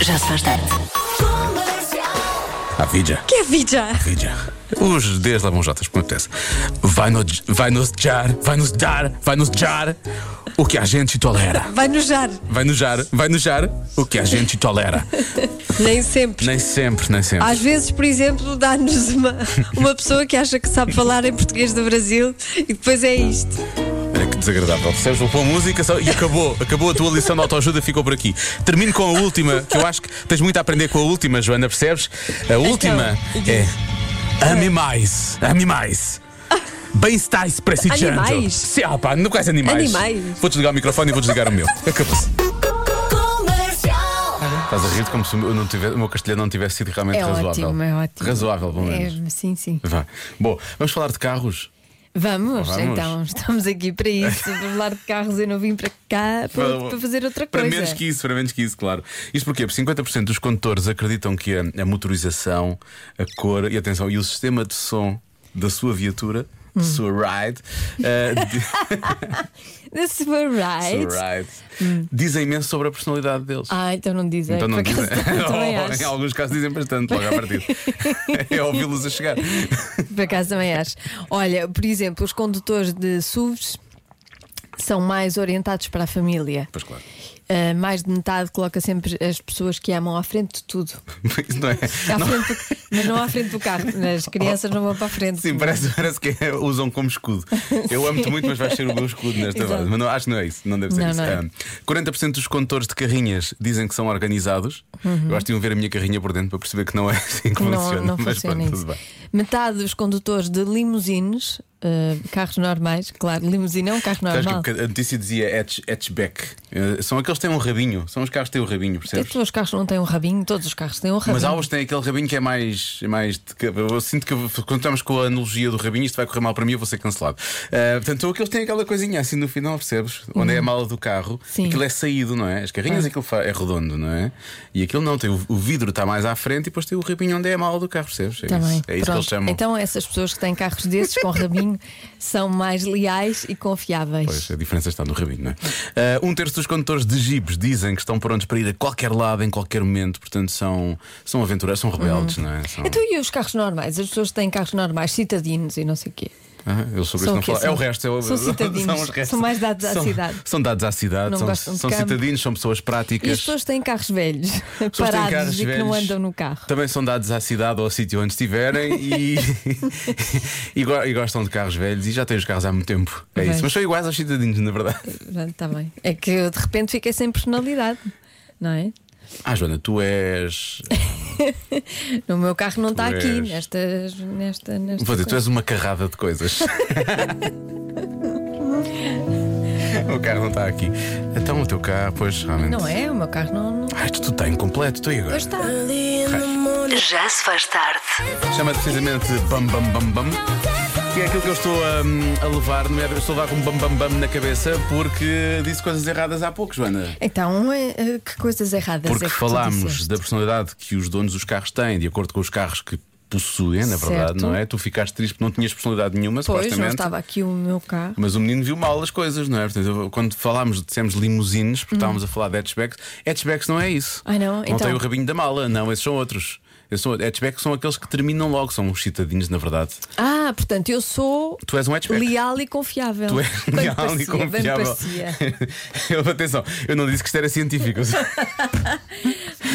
Já se faz tarde. A vida. Que é vida? Vida. Os Ds lá vão Jotas, como é acontece. Vai, no, vai nos jar, vai nos dar, vai nos jar o que a gente tolera. Vai nojar. Vai nos jar, vai nos jar o que a gente tolera. Nem sempre. Nem sempre, nem sempre. Às vezes, por exemplo, dá-nos uma, uma pessoa que acha que sabe falar em português do Brasil e depois é isto. Olha que desagradável. Percebes uma boa música só- e acabou. Acabou a tua lição de autoajuda, ficou por aqui. Termino com a última, que eu acho que tens muito a aprender com a última, Joana, percebes? A Então, última é. Ame mais. Ame mais. Bem-estais para si, Animais? Sim, ah, pá, não quais animais. Animais. Vou desligar o microfone e vou desligar o meu. Acabou-se. Estás a rir como se o meu, não tivesse- o meu castelhano não tivesse sido realmente É razoável. ótimo, é ótimo. Razoável, pelo menos. É, sim, sim. Vá. Bom, vamos falar de carros. Vamos, Vamos. então, estamos aqui para isso. Para falar de carros, eu não vim para cá para, para fazer outra Para coisa. menos que isso, para menos que isso, claro. Isto porquê? Porque 50% dos condutores acreditam que a, a motorização, a cor e atenção, e o sistema de som da sua viatura. Hum. Sua ride, eh, di- This were right. sua ride, dizem imenso sobre a personalidade deles. É Hum. Ah, então não dizem. então não Oh, é Por acaso, dizem. também Ou, em acho. alguns casos dizem bastante logo à partida. é ouvi-los a chegar. Por acaso também acho. Olha, por exemplo, os condutores de SUVs são mais orientados para a família. Pois claro. Ah, mais de metade coloca sempre as pessoas que amam à frente de tudo. Isso não é. À não- frente do- mas não à frente do carro. As crianças não vão para a frente. Sim, parece, parece que é- usam como escudo. Eu amo-te muito, mas vais ser o meu escudo nesta Exato. base. Mas não, acho que não é isso, não deve ser Não, isso. não é. Ah, 40% dos condutores de carrinhas dizem que são organizados. Eu acho que iam ver a minha carrinha por dentro para perceber que não é assim que funciona. Uhum. Não, não mas funciona pronto, isso. tudo bem. Metade dos condutores de limusines, eh, carros normais, claro, limusine é um carro Sabes que normal. a notícia dizia hatch- hatchback. Eh, São aqueles que têm um rabinho, são os carros que têm o rabinho, percebes? Todos os carros não têm um rabinho, todos os carros têm um rabinho. Mas há os que têm aquele rabinho que é mais. é mais de que- eu sinto que quando estamos com a analogia do rabinho, isto vai correr mal para mim, eu vou ser cancelado. Ah, portanto, ou aqueles que têm aquela coisinha assim no final, percebes? Onde é a mala do carro, Uhum. Sim. aquilo é saído, não é? As carrinhas aquilo fa- é redondo, não é? E aquilo não, tem o, o vidro está mais à frente e depois tem o rabinho onde é a mala do carro, percebes? É Também. isso, é isso que Tá Pronto. eles chamam. Então, essas pessoas que têm carros desses com rabinho são mais leais e confiáveis. Pois, a diferença está no rabinho, não é? Ah, um terço dos condutores de jibes dizem que estão prontos para ir a qualquer lado, em qualquer momento, portanto são, são aventureiros, são rebeldes, não é? São- Então, e os carros normais? As pessoas que têm carros normais, citadinos e não sei o quê. Ah, eu sobre isso não São o quê? falo. É São- o resto, é o, são cidadinos. os restos. São mais dados à São- cidade. São dados à cidade, Não são, gostam de são campo. cidadinos, são pessoas práticas. E as pessoas que têm carros velhos, pessoas que têm parados carros e que não velhos, andam no carro. Também são dados à cidade ou ao sítio onde estiverem e, e, go- e gostam de carros velhos e já têm os carros há muito tempo. É Bem. isso. Mas são iguais aos cidadinos, na verdade. Pronto, Tá bem. É que eu, de repente fiquei sem personalidade, não é? Ah, Joana, tu és. No meu carro não está és- aqui, nestas. Nesta, nesta Vou dizer, tu coisa. és uma carrada de coisas. o carro não está aqui. Então o teu carro, pois, realmente. Não é? O meu carro não. não... Ah, isto tu está incompleto, tu e agora? Pois tá. está. Já se faz tarde. Chama precisamente Bam Bam Bam Bam. E é aquilo que eu estou hum, a levar, não é? Eu estou a levar com Bam Bam Bam na cabeça porque disse coisas erradas há pouco, Joana. Então, é, é, que coisas erradas Porque é que tu falámos disseste? da personalidade que os donos dos carros têm, de acordo com os carros que possuem, na verdade, Certo. não é? Tu ficaste triste porque não tinhas personalidade nenhuma, Pois, não supostamente. estava aqui o meu carro. Mas o menino viu mal as coisas, não é? Portanto, eu- quando falámos, dissemos limusines, porque estávamos a falar de hatchbacks. Hatchbacks não é isso. Uhum. Ai, não? Então- tem o rabinho da mala, não, esses são outros. Esses são, hatchbacks são aqueles que terminam logo, são os citadinhos, na verdade. Ah, portanto, eu sou Tu és um hatchback. leal e confiável. Tu és Bem leal parecia, e Bem confiável. parecia. Eu- Atenção, eu não disse que isto era científico.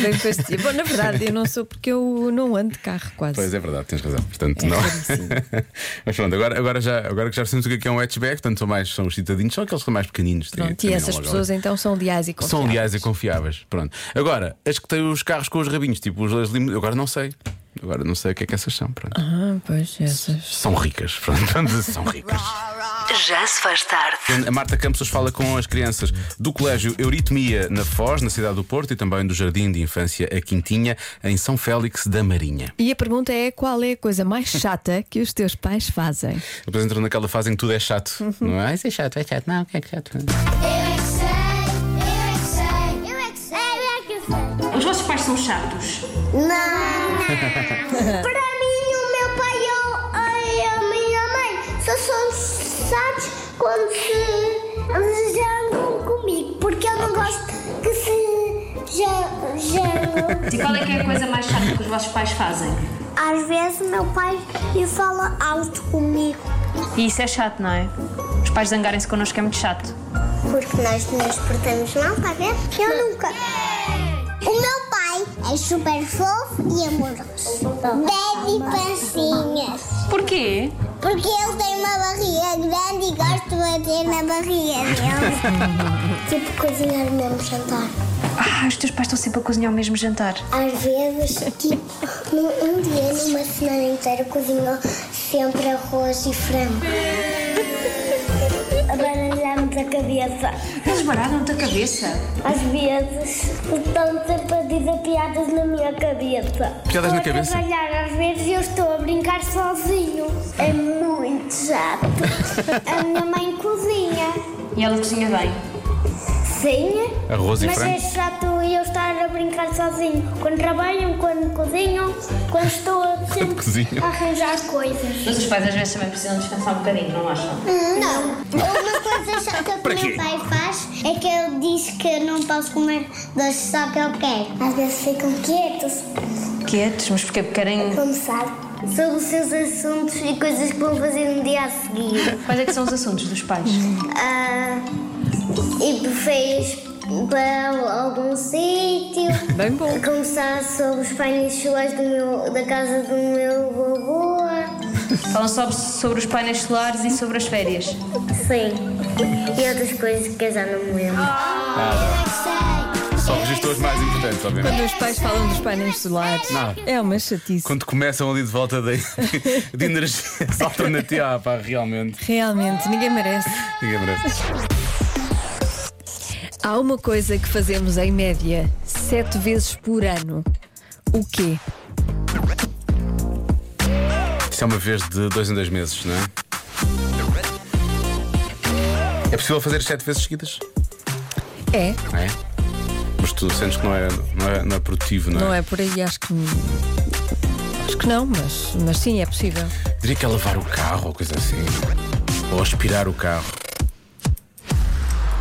Bem parecia. Bom, na verdade, eu não sou porque eu não ando de carro quase. pois é verdade, tens razão. Portanto, É não. raríssimo. Mas pronto, agora, agora, já, agora que já percebemos o que é que é um hatchback, portanto, são, mais, são os citadinhos, são aqueles que são mais pequeninos. Pronto, tem- e tem essas logo- pessoas então são leais e confiáveis. é São leais e confiáveis. Pronto. Agora, as que têm os carros com os rabinhos, tipo os as lim... agora não sei. Agora não sei o que é que essas são. Pronto. Ah, pois, essas. São ricas. Pronto, vamos dizer, são ricas. Já se faz tarde. A Marta Campos hoje fala com as crianças do Colégio Euritmia na Foz, na cidade do Porto, e também do Jardim de Infância A Quintinha, em São Félix da Marinha. E a pergunta é: qual é a coisa mais chata que os teus pais fazem? Depois entram naquela fase em que tudo é chato, não é? "Ah, Isso é chato, é chato, não, o que é que é chato? Os vossos pais são chatos. Para mim, o meu pai e eu- e a minha mãe só são chatos quando se jangam comigo, porque eu não gosto que se ja- jangam E qual é que é a coisa mais chata que os vossos pais fazem? Às vezes meu pai e fala alto comigo E isso é chato, não é? Os pais zangarem-se connosco é muito chato. porque nós não nos portamos mal, tá vendo? Eu nunca. O meu pai é super fofo e amoroso. Bebe pancinhas. Porquê? Porque ele tem uma barriga grande e gosto de bater na barriga dele. tipo cozinhar o mesmo jantar. Ah, os teus pais estão sempre a cozinhar o mesmo jantar. Às vezes, tipo, num, um dia, numa semana inteira, cozinhou sempre arroz e frango. Baralhamos a cabeça. Eles baralham-te a cabeça. Às vezes estão sempre a dizer piadas na minha cabeça. Piadas na estou cabeça? a trabalhar às vezes e eu estou a brincar sozinho. É muito chato. a minha mãe cozinha. E ela cozinha bem. Sim. Arroz e mas frango? é chato eu estar a brincar sozinho. Quando trabalham, quando cozinham, quando estou sempre cozinham. a arranjar coisas. Mas os pais às vezes também precisam descansar um bocadinho, não acham? Não. Uma coisa chata que Para o quê? meu pai faz é que ele diz que eu não posso comer doce só que eu quero. Às vezes ficam quietos, Quietos, mas porquê? Porque é querem... como sabe, sobre os seus assuntos e coisas que vão fazer no dia a seguir. Quais é que são os assuntos dos pais? Ah, e buffets para algum sítio. Bem bom. Começar sobre os painéis solares do meu- da casa do meu vovô. Falam só sobre os painéis solares e sobre as férias. Sim. E outras coisas que eu já não me lembro. Ah, Só registrou as mais importantes, obviamente. Quando os pais falam dos painéis solares, Não. é uma chatice. Quando começam ali de volta de, de energias alternativas, ah, pá, realmente. Realmente, ninguém merece. Ninguém merece. Há uma coisa que fazemos em média sete vezes por ano. O quê? Isto é uma vez de dois em dois meses, não é? É possível fazer sete vezes seguidas? É, É. Mas tu sentes que não é, não é, não é produtivo, não é? não é por aí, acho que. Acho que não, mas, mas sim, é possível. Diria que é lavar o carro ou coisa assim. Ou aspirar o carro.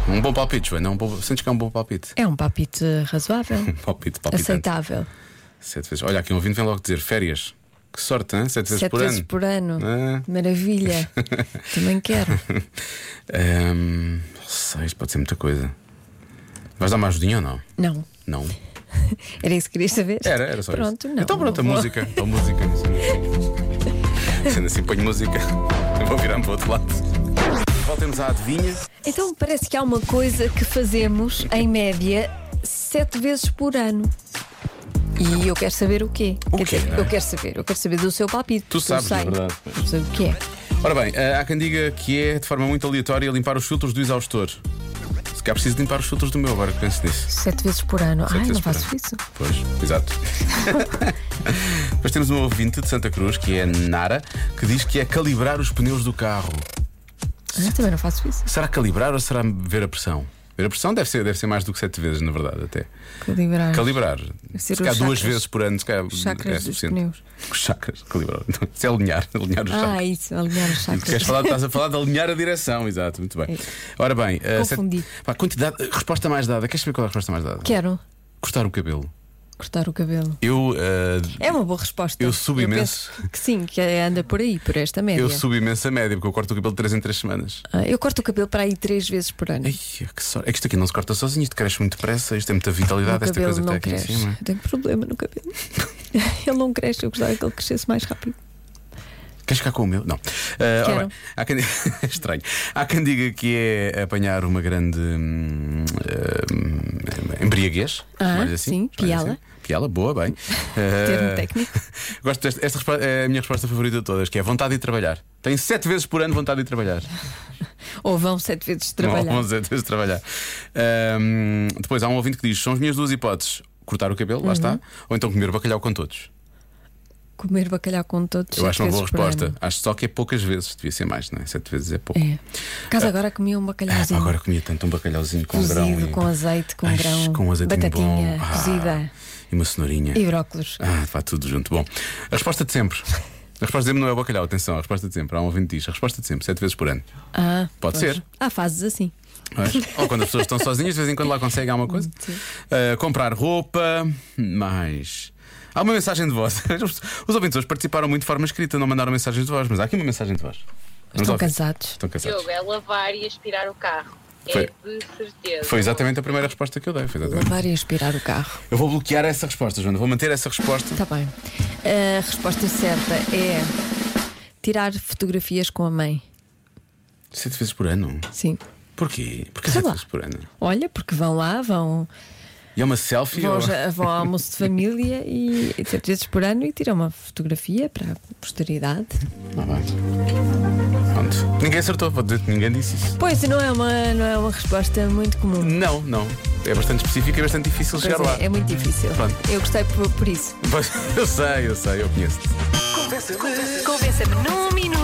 Um bom palpite, Joana. Um bom... Sentes que é um bom palpite? É um palpite razoável, Palpite, palpitante. aceitável. Sete vezes. Olha, aqui um ouvinte vem logo dizer férias. Que sorte, hein? Sete vezes Sete por vezes ano. por ano. Ah. Maravilha. Também quero. Ahm, não sei, isto pode ser muita coisa. Vais dar uma ajudinha ou não? Não. Não. Era isso que querias saber? Era, era só Pronto, isso. não. então pronto, a não vou. música. A música. não sei. Sendo assim, ponho música. Eu vou virar-me para o outro lado. Voltemos à adivinha. Então parece que há uma coisa que fazemos em média sete vezes por ano. E eu quero saber o quê? O Quer quê, dizer, não é? Eu quero saber, eu quero saber do seu palpite. Tu porque sabes, eu na sei. verdade. Não sei o que é. Ora bem, eh, há quem diga que é de forma muito aleatória limpar os filtros do exaustor. Se calhar preciso limpar os filtros do meu, agora que penso nisso. Sete vezes por ano. Ai, vezes não por faço ano. isso. Pois, exato. Depois temos um ouvinte de Santa Cruz, que é Nara, que diz que é calibrar os pneus do carro. Ah, também não faço isso. Será calibrar ou será ver a pressão? Ver a pressão deve ser, deve ser mais do que sete vezes, na verdade, até. Calibrar. Calibrar. Se ser calhar os duas chakras. vezes por ano, se calhar Os chakras é dos suficiente. pneus. Os chakras, calibrar. Se é alinhar, alinhar os chakras. Ah, isso, alinhar os Tu Queres chakras. falar, estás a falar de alinhar a direção, exato, muito bem. Ora bem, eh, É. Confundi. sete- pá, quantidade, resposta mais dada, queres saber qual é a resposta mais dada? Quero Cortar o cabelo. cortar o cabelo. Eu, eh, É uma boa resposta. Eu subo imenso. penso Que sim, que anda por aí, por esta média. eu subo imensa média, porque eu corto o cabelo de 3 em 3 semanas. Ah, eu corto o cabelo para aí três vezes por ano. Ai, que sorte. É que isto aqui não se corta sozinho, isto cresce muito depressa, isto tem muita O vitalidade, esta cabelo coisa que não está aqui cresce. em cima. Eu tenho problema no cabelo. ele não cresce, eu gostava que ele crescesse mais rápido. Queres ficar com o meu? Não. Eh, ora Quero. bem, há quem... é estranho. Há quem diga que é apanhar uma grande hum, eh, embriaguez. Ah, chamar-lhe sim, chamar-lhe piala. assim. Piala, boa, bem. Termo Eh, um técnico. Gosto desta esta respo- é a minha resposta favorita de todas, que é vontade de ir trabalhar. Tenho sete vezes por ano vontade de ir trabalhar. Ou vão sete vezes Não, trabalhar. onze vezes de trabalhar. Ahm, depois há um ouvinte que diz: são as minhas duas hipóteses: cortar o cabelo, lá Uhum. está, ou então comer bacalhau com todos. Comer bacalhau com todos. Eu sete acho uma boa vezes por resposta. ano. Acho só que é poucas vezes, devia ser mais, não é? Sete vezes é pouco. É. Por acaso agora comi um Ah, pá, bacalhauzinho. Eh, agora comia tanto um bacalhauzinho com cozido, grão. e- com azeite, com Ai, grão. Com um azeitinho batatinha bom. Ah, cozida. E uma cenourinha. E brócolos. Ah, vá tudo junto. Bom, a resposta de sempre. A resposta de sempre não é o bacalhau, atenção, a resposta de sempre. Há um ouvinte que diz: a resposta de sempre, sete vezes por ano. Ah, Pode pois. ser. Há fases assim. não é? Ou quando as pessoas estão sozinhas, de vez em quando lá conseguem alguma coisa. Uh, comprar roupa, mais. Há uma mensagem de voz. Os ouvintes hoje participaram muito de forma escrita, não mandaram mensagens de voz, mas há aqui uma mensagem de voz. Vamos Estão ouvir. cansados. Estão cansados. Diogo, é lavar e aspirar o carro. Foi. É de certeza. Foi exatamente a primeira resposta que eu dei. Foi exatamente. Lavar e aspirar o carro. Eu vou bloquear essa resposta, Joana. Vou manter essa resposta. Está bem. A resposta certa é tirar fotografias com a mãe. Sete vezes por ano. Sim. Porquê? Porquê Sei sete lá. vezes por ano? Olha, porque vão lá, vão, E é uma selfie? vão, ou- já- vão ao almoço de família e e sete vezes por ano e tiram uma fotografia para a posteridade. Ah, bem. Pronto. Ninguém acertou, vou dizer que ninguém disse isso. Pois não é uma, não é uma resposta muito comum. Não, não. É bastante específico e bastante difícil Pois chegar lá. é, é muito difícil. Pronto. Eu gostei por, por isso. Pois, eu sei, eu sei, eu conheço. Convença-me num minuto.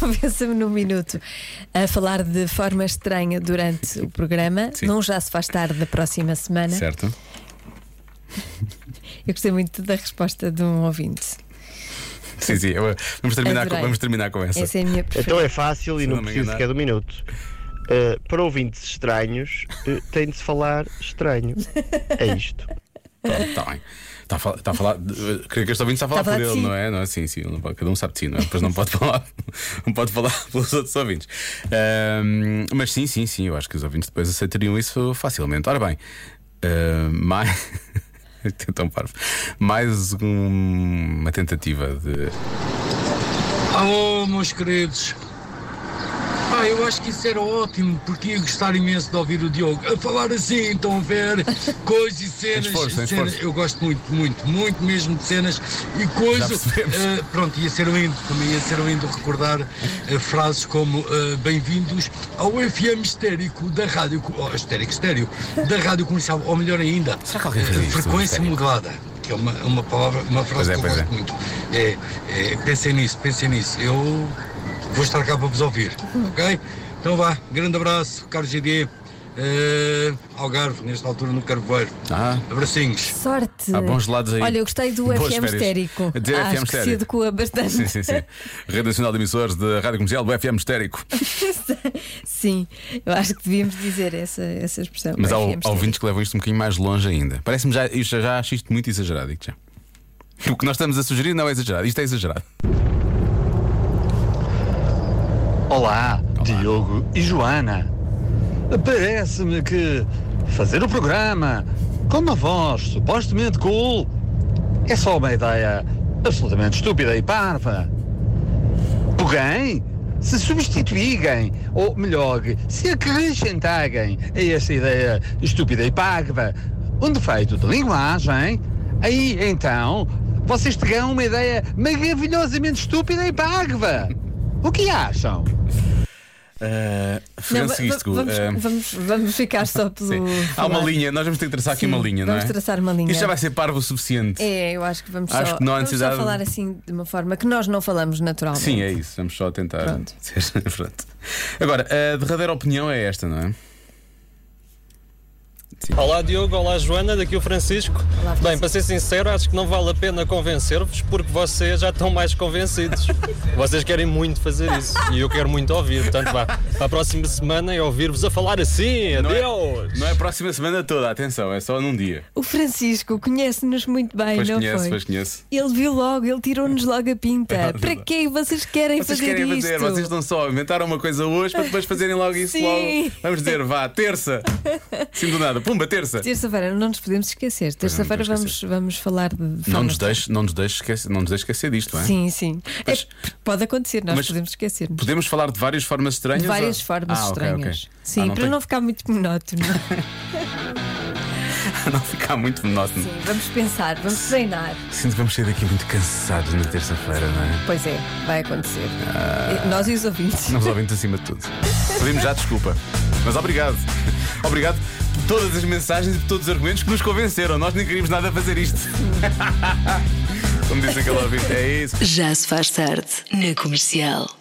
Convença-me num minuto a falar de forma estranha durante o programa. Sim. Não já se faz tarde da próxima semana. Certo? Eu gostei muito da resposta de um ouvinte. Sim, sim. eu- Vamos terminar, com, Adorei. vamos terminar com essa. Essa é a minha preferida. Então é fácil Se e não não me preciso enganar. sequer do minuto. Uh, para ouvintes estranhos, uh, tem de se falar estranho. É isto. Está Tá bem. Está a falar. Está a falar de- eu creio que este ouvinte está a falar Está por Tá a ele, falar de si. não é? Não é? Sim, sim. ele não pode- cada um sabe de si, não é? Depois não pode falar, não pode falar pelos outros ouvintes. Ahm, mas sim, sim, sim. Eu acho que os ouvintes depois aceitariam isso facilmente. Ora bem, ahm, mais. Isto é Tão parvo. Mais um- uma tentativa de. Alô, meus queridos. Ah, eu acho que isso era ótimo, porque ia gostar imenso de ouvir o Diogo a falar assim, então a ver coisas e cenas. esforço, sem cenas. esforço. Eu gosto muito, muito, muito mesmo de cenas e coisas. percebemos. pronto, ia ser lindo, também ia ser lindo recordar eh, frases como eh, bem-vindos ao FM estérico da rádio. Co- Oh, estérico, estéreo, da rádio comercial, ou melhor ainda, Será que alguém fez eh, isto, frequência estéreo? modulada, que é uma, uma palavra, uma Pois frase é, que eu pois gosto é. muito muito. É, é, pensem nisso, pensem nisso. Eu vou estar cá para vos ouvir, ok? Então vá, grande abraço, Carlos GD, eh, Algarve, nesta altura no Carvoeiro. Ah. Abracinhos. Sorte. Há bons lados aí. Olha, eu gostei do Boas FM férias. estérico. De FM Acho que se estérico. adequa bastante. Sim, sim, sim. Rede Nacional de Emissores da Rádio Comercial do FM Estérico. Sim, eu acho que devíamos dizer essa, essa expressão. Mas há, FM há estérico. ouvintes que levam isto um bocadinho mais longe ainda. Parece-me já, eu já, já acho isto muito exagerado. digo já. O que nós estamos a sugerir não é exagerado, isto é exagerado. Olá, Diogo e Joana. Parece-me que fazer o programa com uma voz supostamente cool é só uma ideia absolutamente estúpida e parva. Porém, se substituírem, ou melhor, se acrescentarem a essa ideia estúpida e parva um defeito de linguagem, aí então vocês terão uma ideia maravilhosamente estúpida e parva. O que acham? Não, Fernando va- Seguisco, va- vamos, eh, vamos, vamos ficar só pelo. sim. há uma falar. linha, nós vamos ter que traçar aqui Sim, uma linha, não é? vamos traçar uma linha. Isto já vai ser parvo o suficiente. É, eu acho que vamos Acho só, que não há vamos só necessidade- falar assim de uma forma que nós não falamos naturalmente. Sim, é isso, vamos só tentar. Pronto. ser- Pronto. Agora, a derradeira opinião é esta, não é? Olá Diogo, olá Joana, daqui o Francisco. Olá, Francisco. Bem, para ser sincero, acho que não vale a pena convencer-vos porque vocês já estão mais convencidos. vocês querem muito fazer isso e eu quero muito ouvir. Portanto, vá, para a próxima semana é ouvir-vos a falar assim. Não é- Adeus! Não é a próxima semana toda, atenção, é só num dia. O Francisco conhece-nos muito bem, Pois não conheço, foi? pois conheço. Ele viu logo, ele tirou-nos logo a pinta. Para quê? Vocês querem Vocês fazer querem isto? fazer, vocês estão só, inventaram uma coisa hoje para depois fazerem logo isso Sim. logo. Vamos dizer, vá, terça. Sim, do nada, pumba, terça. Terça-feira, não nos podemos esquecer. não nos Terça-feira podemos vamos, vamos falar de. Não forma- nos deixe, não nos deixe esquecer, não nos deixe esquecer disto, não é? Sim, sim. Mas- É, pode acontecer, nós Mas- podemos esquecer. Podemos falar de várias formas estranhas. De várias ou- formas Ah, ok, ok. estranhas. Sim, Ah, não para tem- não ficar muito monótono. não ficar muito monótono. Sim, vamos pensar, vamos treinar. Sinto que vamos sair daqui muito cansados na terça-feira, não é? Pois é, vai acontecer. Ah. E Nós e os ouvintes. Não os ouvintes acima de tudo. Pedimos já desculpa. Mas obrigado. Obrigado por todas as mensagens e por todos os argumentos que nos convenceram. Nós nem queríamos nada a fazer isto. Como disse aquele ouvinte, é isso. Já se faz tarde na comercial.